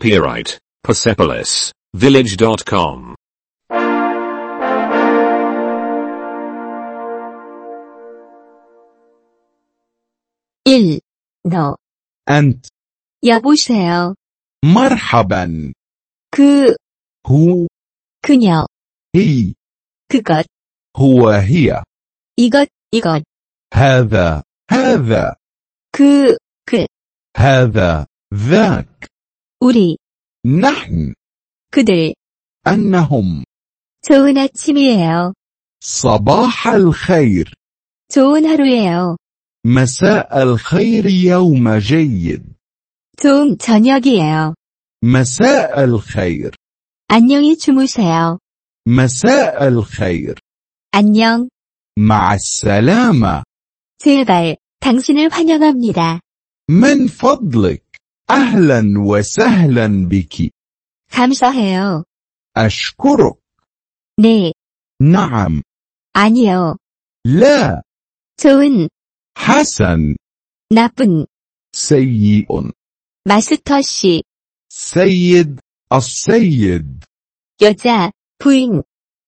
Copyright Persepolis Village.com. 일 너. أنت 여보세요. مرحبا 그, هو 그녀, هي 그것, هو هي 이것, 이것, هذا هذا 그, 그, هذا ذاك 우리, نحن 그들. أنهم 좋은 아침이에요. صباح الخير 좋은 하루예요. مساء الخير يوم جيد 좋은 저녁이에요. مساء الخير 안녕히 주무세요. مساء الخير 안녕. مع السلامة 제발, 당신을 환영합니다. من فضلك أهلا وسهلا بك 감사해요. أشكرك 네, نعم 아니요. لا 좋은, حسن 나쁜, سيء 마스터 씨, سيد السيد 여자, 부인,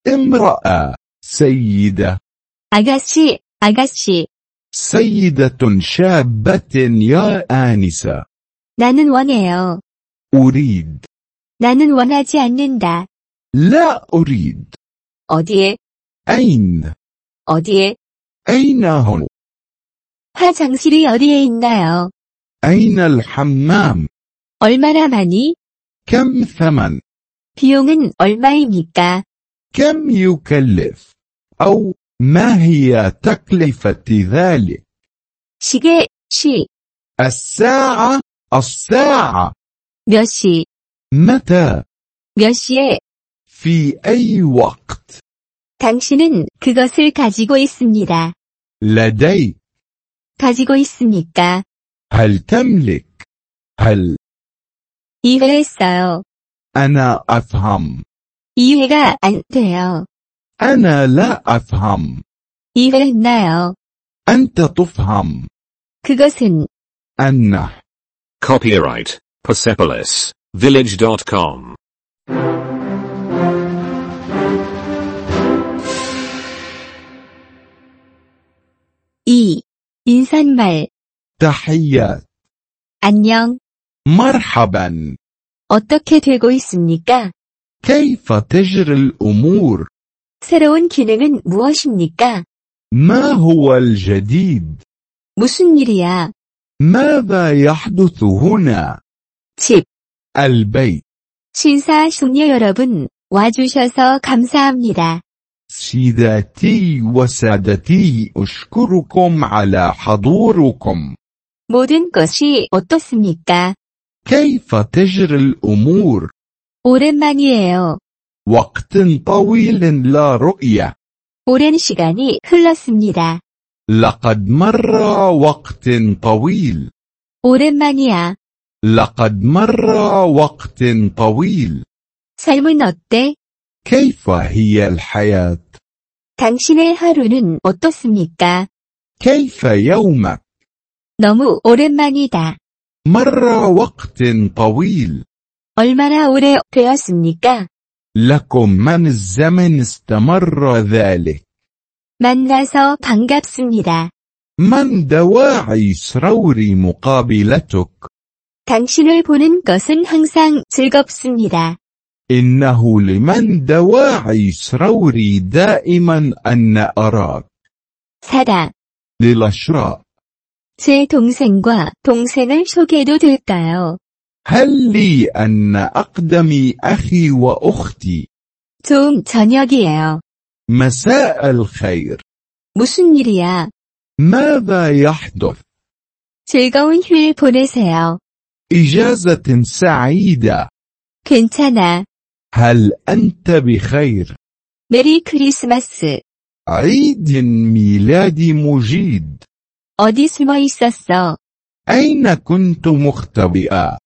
امرأة سيدة 아가씨, 아가씨. سيدة شابة يا آنسة 나는 원해요. أريد 나는 원하지 않는다. لا أريد 어디에, أين 어디에, أين هو 화장실이 어디에 있나요? أين الحمام 얼마나 많이? كم ثمن 비용은 얼마입니까? كم يكلف أو ما هي تكلفة ذلك 시계, 시, الساعة الساعة 몇 시, متى 몇 시에, في أي وقت 당신은 그것을 가지고 있습니다. لديك 가지고 있습니까? هل تملك هل 이해했어요. أنا أفهم 이해가 안 돼요. أنا لا أفهم 이해했나요? أنت تفهم 그것은 أنه Copyright Persepolis Village.com. 이 인사말 تحيات 안녕 مرحبا 어떻게 되고 있습니까? كيف تجري الأمور 새로운 기능은 무엇입니까? ما هو الجديد 무슨 일이야? ماذا يحدث هنا 집 البيت 신사 숙녀 여러분 와주셔서 감사합니다. سيداتي وسادتي أشكركم على حضوركم 모든 것이 어떻습니까? كيف تجري الأمور 오랜만이에요. وقت طويل لا رؤية 오랜 시간이 흘렀습니다. لقد مر وقت طويل 오랜만이야. لقد مر وقت طويل 삶은 어때? كيف هي الحياة 당신의 하루는 어떻습니까? كيف يومك 너무 오랜만이다. مر وقت طويل 얼마나 오래 되었습니까? لكم من الزمن استمر ذلك 만나서 반갑습니다. من دواعي سرور مقابلتك 당신을 보는 것은 항상 즐겁습니다. إنه لمن دواعي سروري دائما أن أراك 사랑. للشراء 제 동생과 동생을 소개해도 될까요? هل لي أن أقدم أخي وأختي 좋은 저녁이에요. مساء الخير 무슨 일이야? ماذا يحدث 즐거운 휴일 보내세요. إجازة سعيدة 괜찮아. هل أنت بخير 메리 크리스마스. عيد ميلاد مجيد 어디 숨어 있었어? أين كنت مختبئة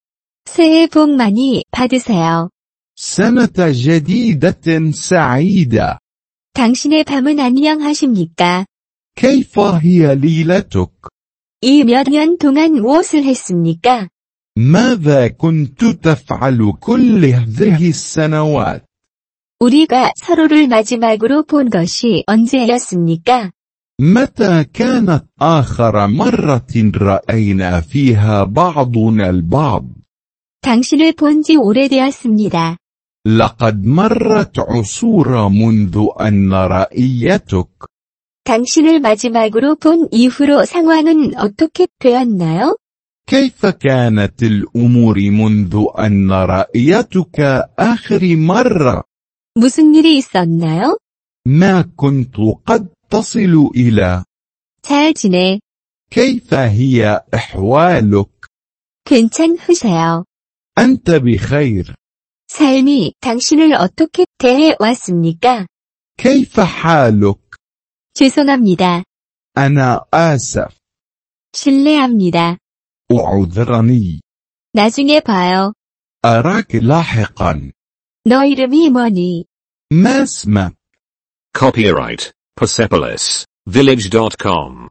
새해 복 많이 받으세요. سنة جديدة سعيدة 당신의 밤은 안녕하십니까? كيف هي ليلتك 이 몇 년 동안 무엇을 했습니까? ماذا كنت تفعل كل هذه السنوات؟ 우리가 서로를 마지막으로 본 것이 언제였습니까? متى كانت آخر مرة رأينا فيها بعضنا البعض؟ 당신을 본 지 오래되었습니다. لقد مرت عصور منذ أن رأيتك. 당신을 마지막으로 본 이후로 상황은 어떻게 되었나요? كيف كانت الأمور منذ أن رأيتك آخر مرة؟ 무슨 일이 있었나요? ما كنت قد تصل إلى 잘 지내. كيف هي أحوالك؟ 괜찮으세요. أنت بخير 삶이 당신을 어떻게 대해왔습니까? كيف حالك؟ 죄송합니다. أنا آسف 실례합니다. أعذرني 나중에 봐요. أراك لاحقا 너 이름이 뭐니? ما اسمك؟ Copyright Persepolis Village.com.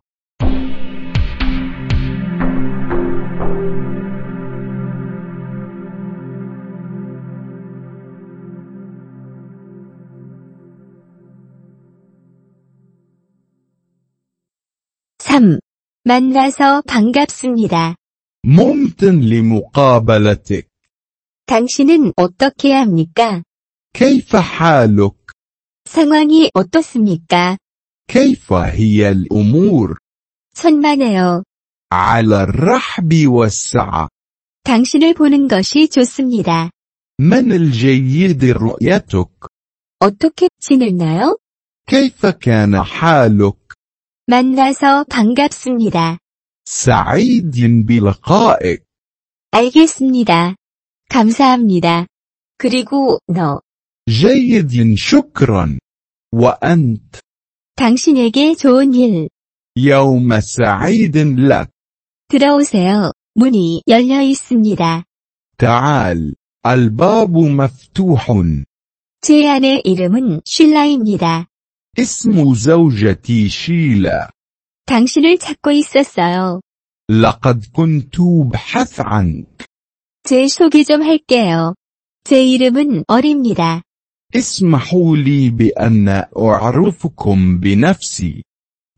삼 만나서 반갑습니다. ممتن لمقابلتك 당신은 어떻게 합니까? كيف حالك؟ 상황이 어떻습니까? كيف هي الأمور؟ 천만에요. على الرحب والسعة 당신을 보는 것이 좋습니다. من الجيد رؤيتك؟ 어떻게 지냈나요? كيف كان حالك؟ 만나서 반갑습니다. سعيد بلقائك 알겠습니다. 감사합니다. 그리고 너, جيد شكرا وأنت 당신에게 좋은 일. يوم سعيد لك 들어오세요. 문이 열려 있습니다. تعال الباب مفتوح 제 아내 이름은 쉴라입니다. اسم زوجتي شيلا 당신을 찾고 있었어요. لقد كنت أبحث عنك 제 소개 좀 할게요. 제 이름은 어립니다. اسمحوا لي بأن أعرفكم بنفسي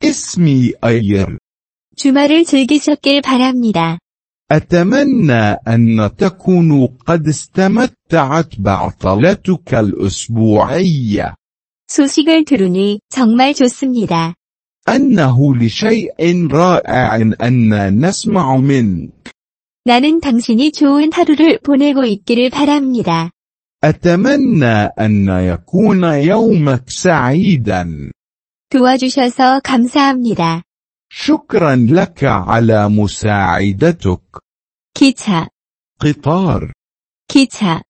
اسمي أير 주말을 즐기셨길 바랍니다. أتمنى أن تكونوا قد استمتعت بعطلتك الأسبوعية 소식을 들으니 정말 좋습니다. أنه لشيء رائع أن نسمع منك. 나는 당신이 좋은 하루를 보내고 있기를 바랍니다. أتمنى أن يكون يومك سعيدا. 도와주셔서 감사합니다. شكرا لك على مساعدتك. 기차, قطار، 기차,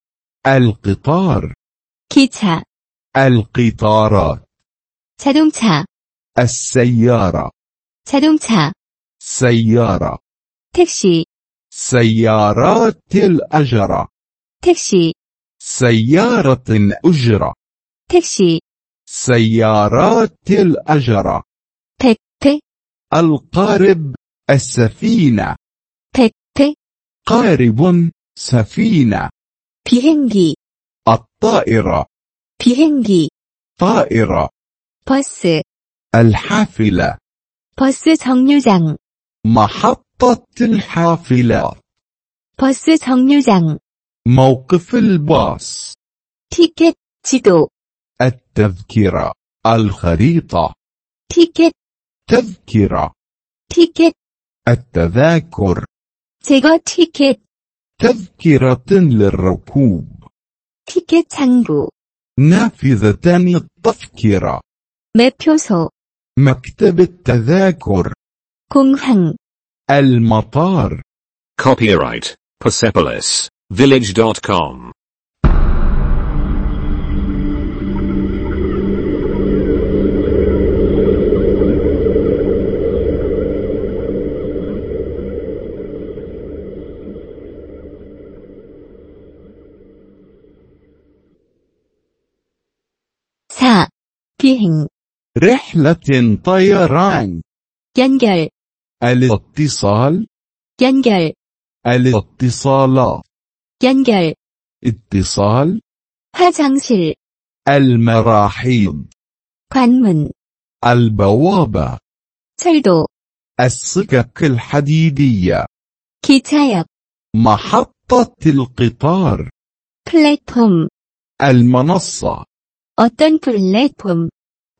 القطار، 기차, القطارات، 자동차, السيارة، 자동차, سيارة، 택시, سيارات الأجرة، 택시, سيارة أجرة، 택시, سيارات الأجرة، 백패, القارب، السفينة، 백패, قارب سفينة 비행기, الطائرة 비행기, طائرة 버스, الحافلة 버스 정류장, محطة الحافلة 버스 정류장, موقف الباص 티켓, 지도, التذكرة الخريطة 티켓, تذكرة 티켓, التذاكر 제거 티켓, تذكرة للركوب 티켓 창구, نافذة التذكرة 매표소, مكتب التذاكر 공항, المطار Copyright Persepolis Village.com. 사 비행, رحلة طيران 연결, الاتصال 연결, الاتصال 연결, اتصال 화장실, المراحيض 관문, البوابة 철도, السكك الحديدية 기차역, محطة القطار 플랫폼, المنصة 어떤 플랫폼,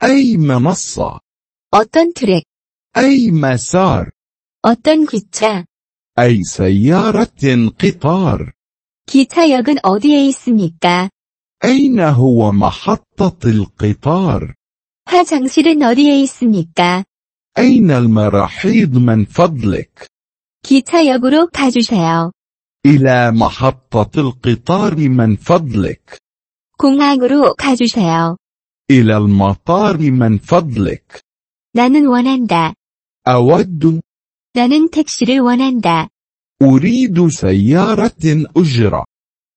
أي منصة 어떤 트랙, أي مسار 어떤 기차, أي سيارة قطار 기차역은 어디에 있습니까? أين هو محطة القطار 화장실은 어디에 있습니까? أين المراحيض من فضلك 기차역으로 가주세요. إلى محطة القطار من فضلك 공항으로 가주세요. إلى المطار من فضلك 나는 원한다. أود 나는 택시를 원한다. أريد سيارة أجرة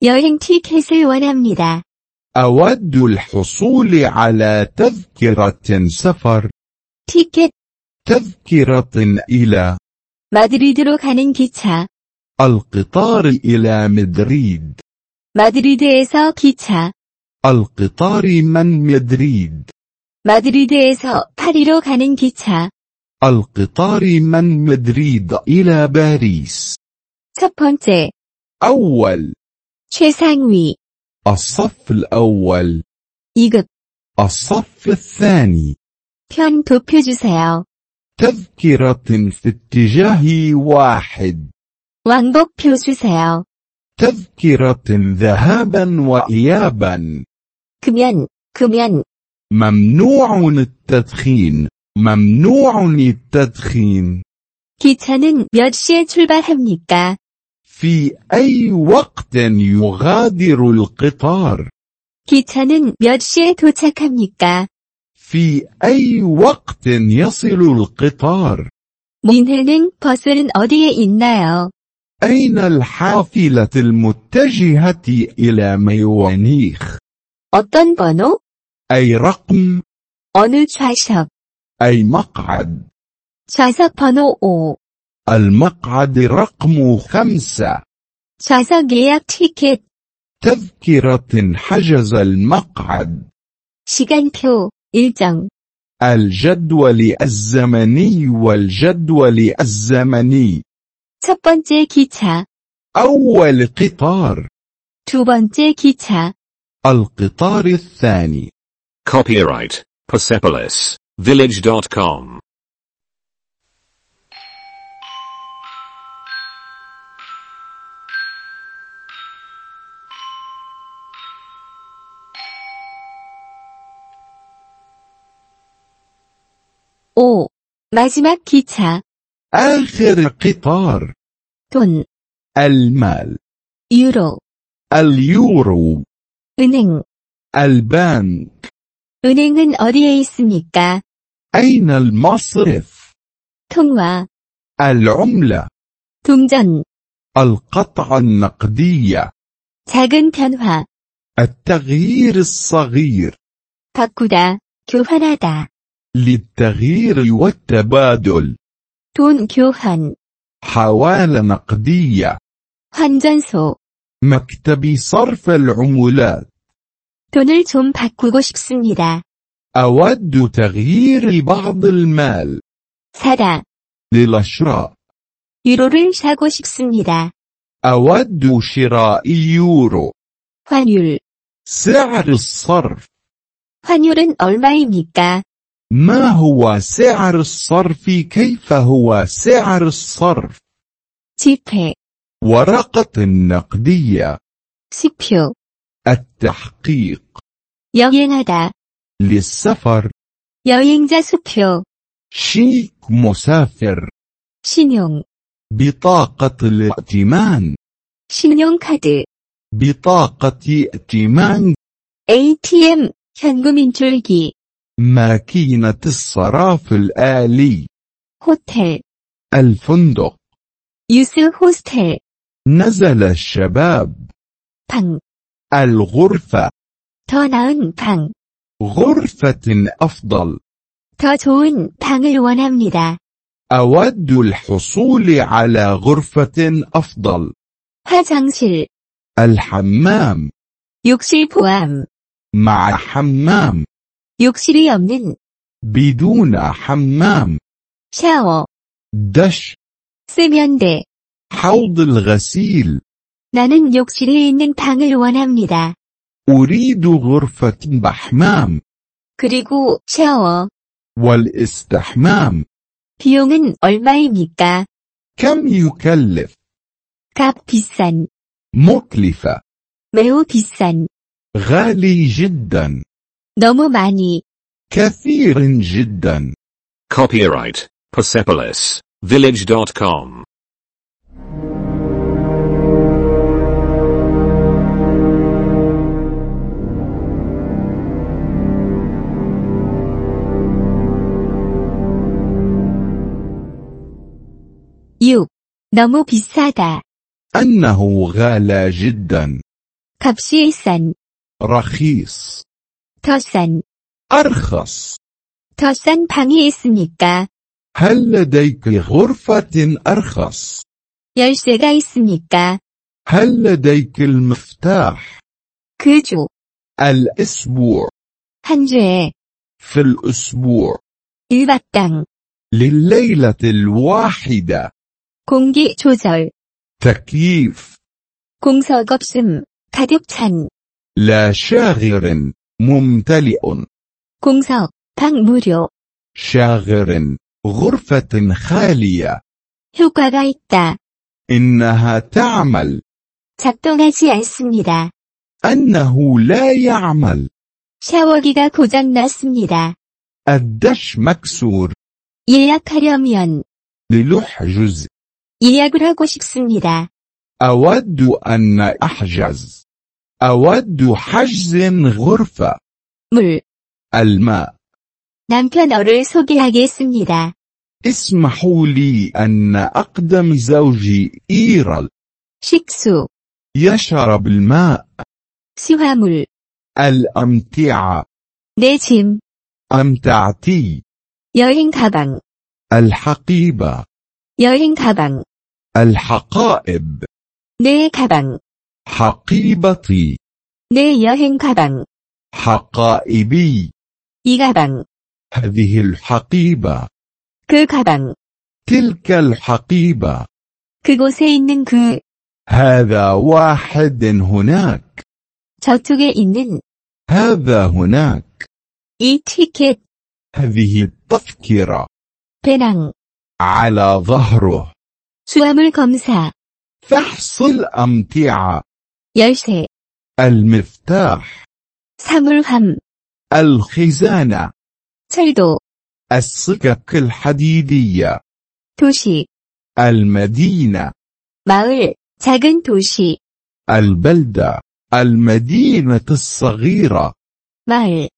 여행 티켓을 원합니다. أود الحصول على تذكرة سفر 티켓, تذكرة إلى 마드리드로 가는 기차. القطار إلى مدريد 마드리드에서 기차. القطار من مدريد 마드리드에서 파리로 가는 기차. القطار من مدريد إلى باريس 첫 번째, أول 최상위, الصف الأول 2급, الصف الثاني 편 도표주세요. تذكرة في اتجاه واحد 왕복표 주세요. تذكرة ذهابا وإيابا 금연, 금연, ممنوع التدخين ممنوع التدخين 기차는 몇 시에 출발합니까? في أي وقت يغادر القطار 기차는 몇 시에 도착합니까? في أي وقت يصل القطار 뮌헨행 버스는 어디에 있나요? أين الحافلة المتجهة إلى ميوانيخ 어떤 번호? أي رقم 어느 좌석? أي مقعد 좌석 번호 5. المقعد رقم خمسة 좌석 예약 티켓, تذكرة حجز المقعد 시간표, 일정, الجدول الزمني والجدول الزمني 첫 번째 기차, أول قطار 두 번째 기차, القطار الثاني Copyright Persepolis Village.com. 오 마지막 기차, آخر قطار 돈, المال 유로, اليورو 은행. البان 은행은 어디에 있습니까? أين المصرف 통화, العملة 동전, القطعة النقدية 작은 변화, التغيير الصغير 바꾸다, 교환하다, للتغيير والتبادل 돈 교환, حوالة نقدية 환전소. مكتب صرف العملات 돈을 좀 바꾸고 싶습니다. أود تغيير بعض المال 사다, للشراء 유로를 사고 싶습니다. أود شراء يورو 환율, سعر الصرف 환율은 얼마입니까? ما هو سعر الصرف كيف هو سعر الصرف 지폐, ورقة نقدية 식표, التحقيق 여행하다, للسفر 여행자 수표, شيك مسافر 신용, بطاقة الائتمان 신용카드, بطاقة ائتمان ATM, 현금 인출기, ماكينة الصراف الآلي 호텔, الفندق 유스 호스텔, نزل الشباب 방, الغرفة 더 나은 방, غرفة أفضل 더 좋은 방을 원합니다. أود الحصول على غرفة أفضل. 화장실, الحمام 욕실 포함, مع حمام 욕실이 없는 بدون حمام 샤워, دش 세면대. حوض الغسيل 나는 욕실이 있는 방을 원합니다. أريد غرفة بحمام 그리고 샤워. والاستحمام 비용은 얼마입니까? كم يكلف 값 비싼, مكلفة 매우 비싼, غالي جدا 너무 많이, كثير جدا Copyright Persepolis Village.com. 육 너무 비싸다. أنه غالى جدا 값이 싼, رخيص 더 싼, أرخص 더 싼 방이 있습니까? هل لديك غرفة أرخص 열쇠가 있습니까? هل لديك المفتاح 그 주, الأسبوع 한 주에, في الأسبوع 일박당, لليلة الواحدة 공기 조절, تكييف 공석 없음, 가득 찬, لا شاغر ممتلئ 공석, 방 무료, شاغر غرفة خالية 효과가 있다. إنها تعمل 작동하지 않습니다. أنه لا يعمل 샤워기가 고장났습니다. الدش مكسور 예약하려면 لنحجز 예약을 하고 싶습니다. أود أن أحجز أود حجز غرفة 물, الماء 남편어를 소개하겠습니다. اسمحوا لي أن أقدم زوجي إيرل 식수, يشرب الماء 수화물, الأمتعة 내 짐, أمتعتي 여행 가방, الحقيبة 여행 가방, الحقائب 내 가방, حقيبتي 내 여행 가방, حقائبي 이 가방, هذه الحقيبة 그 가방, تلك الحقيبة 그곳에 있는 그, هذا واحد هناك 저쪽에 있는 هذا هناك 이 티켓, هذه التذكرة 배낭, على ظهره 수화물 검사, فحص الأمتعة 열쇠, المفتاح 사물함, الخزانة 철도, السكك الحديدية 도시, المدينة 마을, 작은 도시, البلدة المدينة الصغيرة 마을,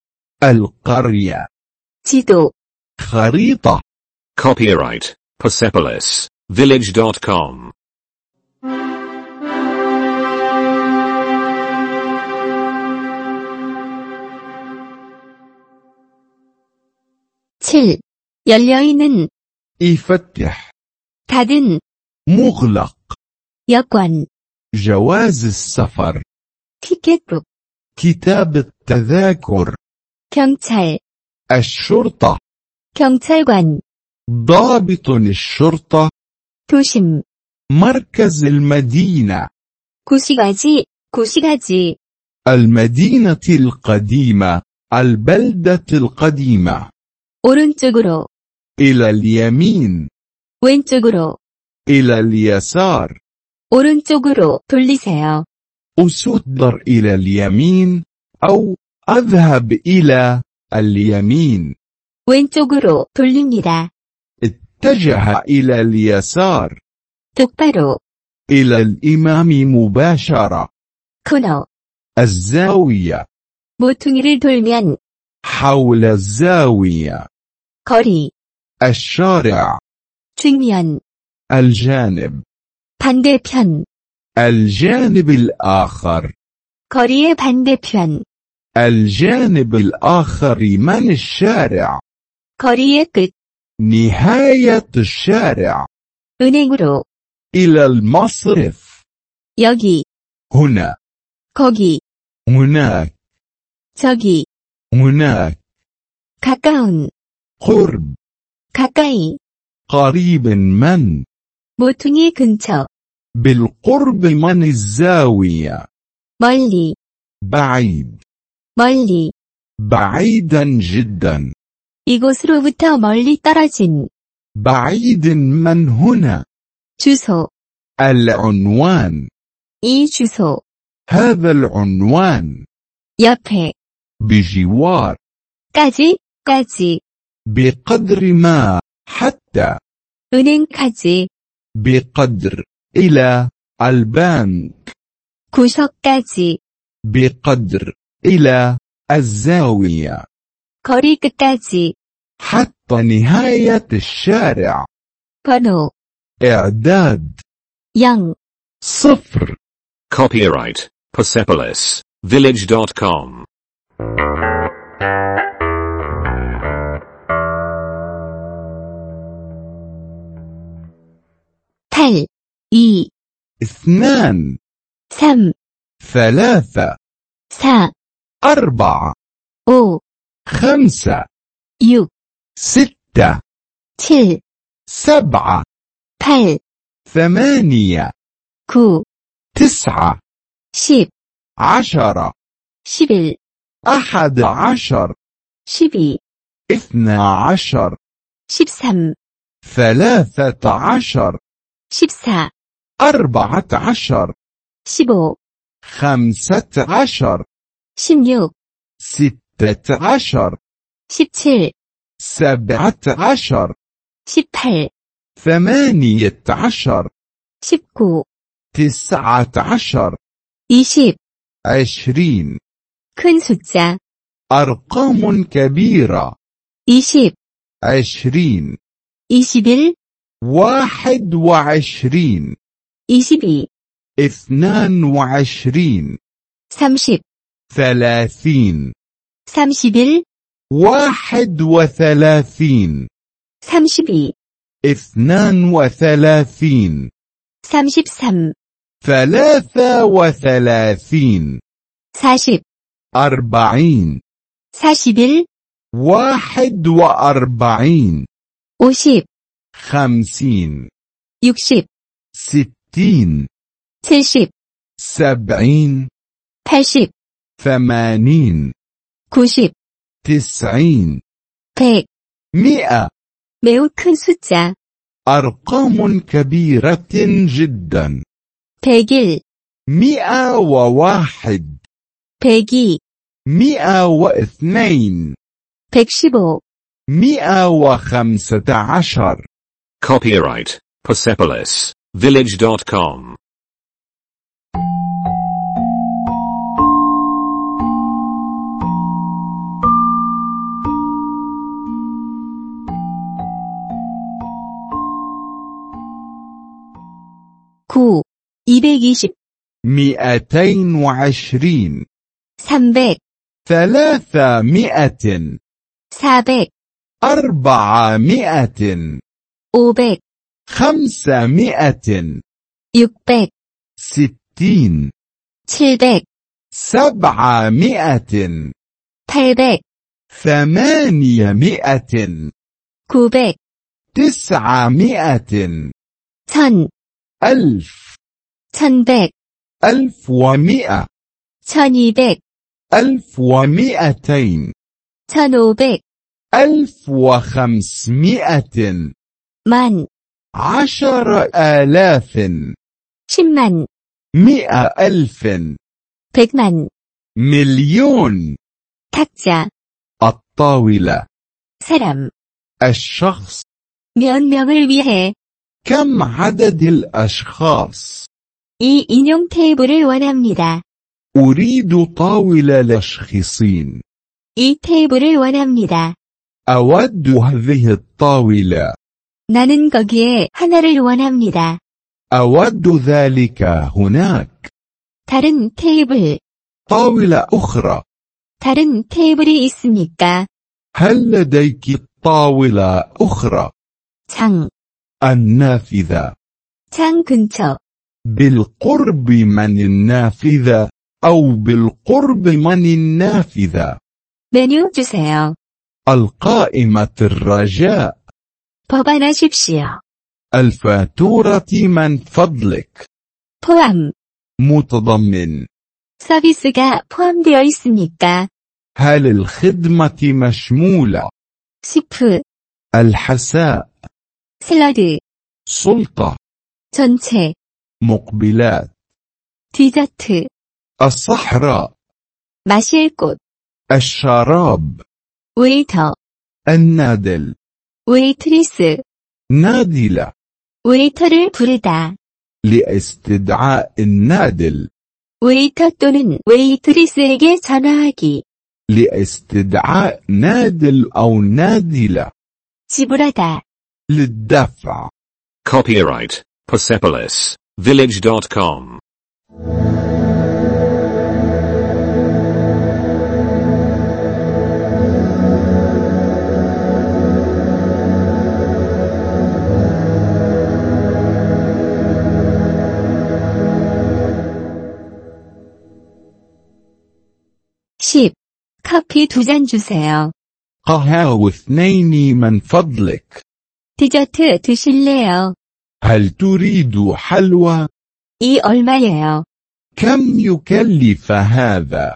القرية 지도, خريطة Copyright Persepolis Village.com. 칠 열려있는, يفتح 닫은, مغلق 여권, جواز السفر 티켓북, كتاب التذاكر 경찰, الشرطة 경찰관, ضابط الشرطة 도심, مركز المدينة 구시가지, 구시가지, المدينة القديمة البلدة القديمة 오른쪽으로, إلى اليمين 왼쪽으로, إلى اليسار 오른쪽으로 돌리세요. أسدر إلى اليمين أو أذهب إلى اليمين 왼쪽으로 돌립니다. اتجه إلى اليسار 똑바로, إلى الإمام مباشرة 코너, الزاوية 모퉁이를 돌면, حول الزاوية 거리, الشارع 측면, الجانب 반대편, الجانب الآخر 거리의 반대편, الجانب الآخر من الشارع 거리의 끝, نهاية الشارع 은행으로, إلى المصرف 여기, هنا 거기, هناك 저기, هناك 가까운, قرب 가까이, قريب من 모퉁이 근처, بالقرب من الزاوية 멀리, بعيد 멀리, بعيدا جدا 이곳으로부터 멀리 떨어진, بعيد من هنا 주소, العنوان 이 주소, هذا العنوان 옆에, بجوار 까지, 까지, بقدر ما حتى 은행까지, بقدر إلى البنك 구석까지, بقدر إلى الزاوية 거리 끝까지, حتى نهاية الشارع 번호, إعداد 0, صفر Copyright Persepolis Village.com. 팔, 이, اثنان 삼, ثلاثة 사, أربعة 오, خمسة 육, ستة 칠, سبعة 팔, ثمانية 구, تسعة 십, عشرة 십일, أحد عشر 십이, اثنا عشر 십삼, ثلاثة عشر 십사, أربعة عشر 십오, خمسة عشر 십육, ستة عشر 십칠, سبعة عشر 십팔, ثمانية عشر 십구, تسعة عشر 이십, عشرين 큰 숫자, أرقام كبيرة 이십, عشرين 이십일, واحد وعشرين 이십이, اثنان وعشرين 삼십, ثلاثين 삼십일, واحد وثلاثين 삼십이, اثنان وثلاثين 삼십삼, ثلاثة وثلاثين 사십, أربعين 사십일, واحد وأربعين 오십, خمسين 육십, ستين 칠십, سبعين 팔십, ثمانين 구십, تسعين 백, مئة 매우 큰 숫자, أرقام كبيرة جدا 백일, مئة وواحد 백이, مئة واثنين 백십오, مئة وخمسة عشر Copyright Persepolis Village.com. 구, 이백이십, مئتين وعشرين 삼백, ثلاثمائة 사백, أربعمائة 오백, خمسمائة 육백, ستين 칠백, سبعمائة 팔백, ثمانمائة 구백, تسعمائة 천, ألف 천백, ألف ومئة 천이백, ألف ومئتين 천오백, ألف وخمسمائة 만, عشر آلاف 십만, مئة ألف 백만, مليون 탁자, الطاولة 사람, الشخص 몇 명을 위해 كم عدد الأشخاص؟ 이 인용 테이블을 원합니다. أريد طاولة لشخصين 이 테이블을 원합니다. أود هذه الطاولة 나는 거기에 하나를 원합니다. أود ذلك هناك 다른 테이블, طاولة أخرى 다른 테이블이 있습니까? هل لديك طاولة أخرى؟ 장, النافذة 창 근처, بالقرب من النافذة أو بالقرب من النافذة 메뉴 주세요. القائمة الرجاء 법안하십시오. الفاتورة من فضلك 포함, متضمن 서비스가 포함되어 있습니까? هل الخدمة مشمولة 시프, الحساء 샐러드, سلطة 전체, مقبلات 디저트, الصحراء 마실 곳, الشراب 웨이터, النادل 웨이트리스, نادلة 웨이터를 부르다. لاستدعاء النادل 웨이터 또는 웨이트리스에게 전화하기. لاستدعاء نادل أو نادلة 지불하다. للدفع Copyright Persepolis Village.com. 십 커피 두 잔 주세요. قهاو اثنين من فضلك 디저트 드실래요? هل تريد حلوى 이 얼마예요? كم يكلف هذا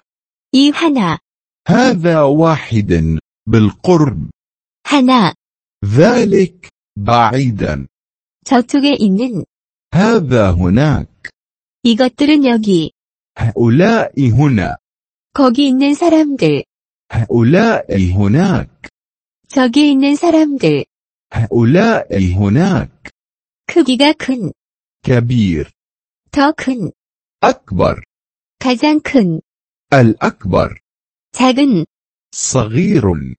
이 하나, هذا واحد بالقرب 하나, ذلك بعيدا 저쪽에 있는, هذا هناك 이것들은 여기, هؤلاء هنا 거기 있는 사람들, هؤلاء هناك 저기 있는 사람들, هؤلاء هناك 크기가 큰, كبير 더 큰, أكبر 가장 큰, الأكبر 작은, صغير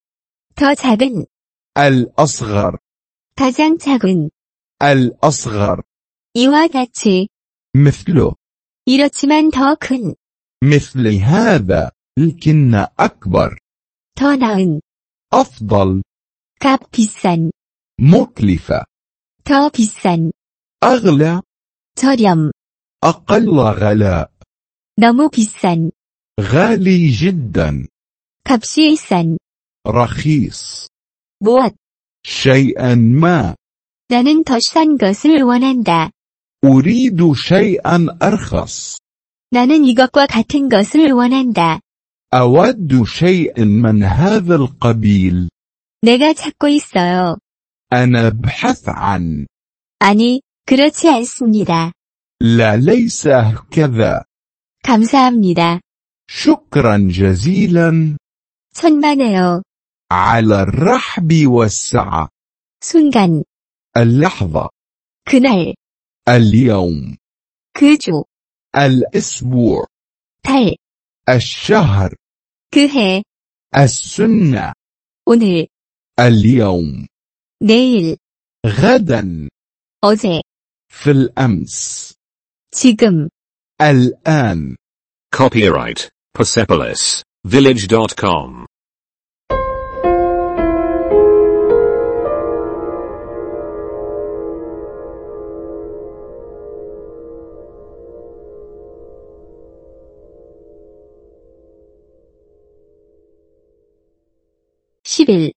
더 작은, الأصغر 가장 작은, الأصغر 이와 같이, مثله 이렇지만 더 큰, مثل هذا لكن أكبر 더 나은, أفضل 값 비싼, مكلفة 더 비싼, أغلى 저렴, أقل غلاء 너무 비싼, غالي جدا 값이 싼, رخيص 무엇, شيئا ما 나는 더 싼 것을 원한다. أريد شيئا أرخص 나는 이것과 같은 것을 원한다. أود شيئا من هذا القبيل 내가 찾고 있어요. أنا أبحث عن 아니, 그렇지 않습니다. لا ليس هكذا 감사합니다. شكرا جزيلا 천만에요. على الرحب والسعة 순간, اللحظة 그날, اليوم 그 주, الأسبوع 달, الشهر 그 해, السنة 오늘, اليوم 내일, غدا 어제, في الأمس 지금, الآن Copyright Persepolis Village.com. 십일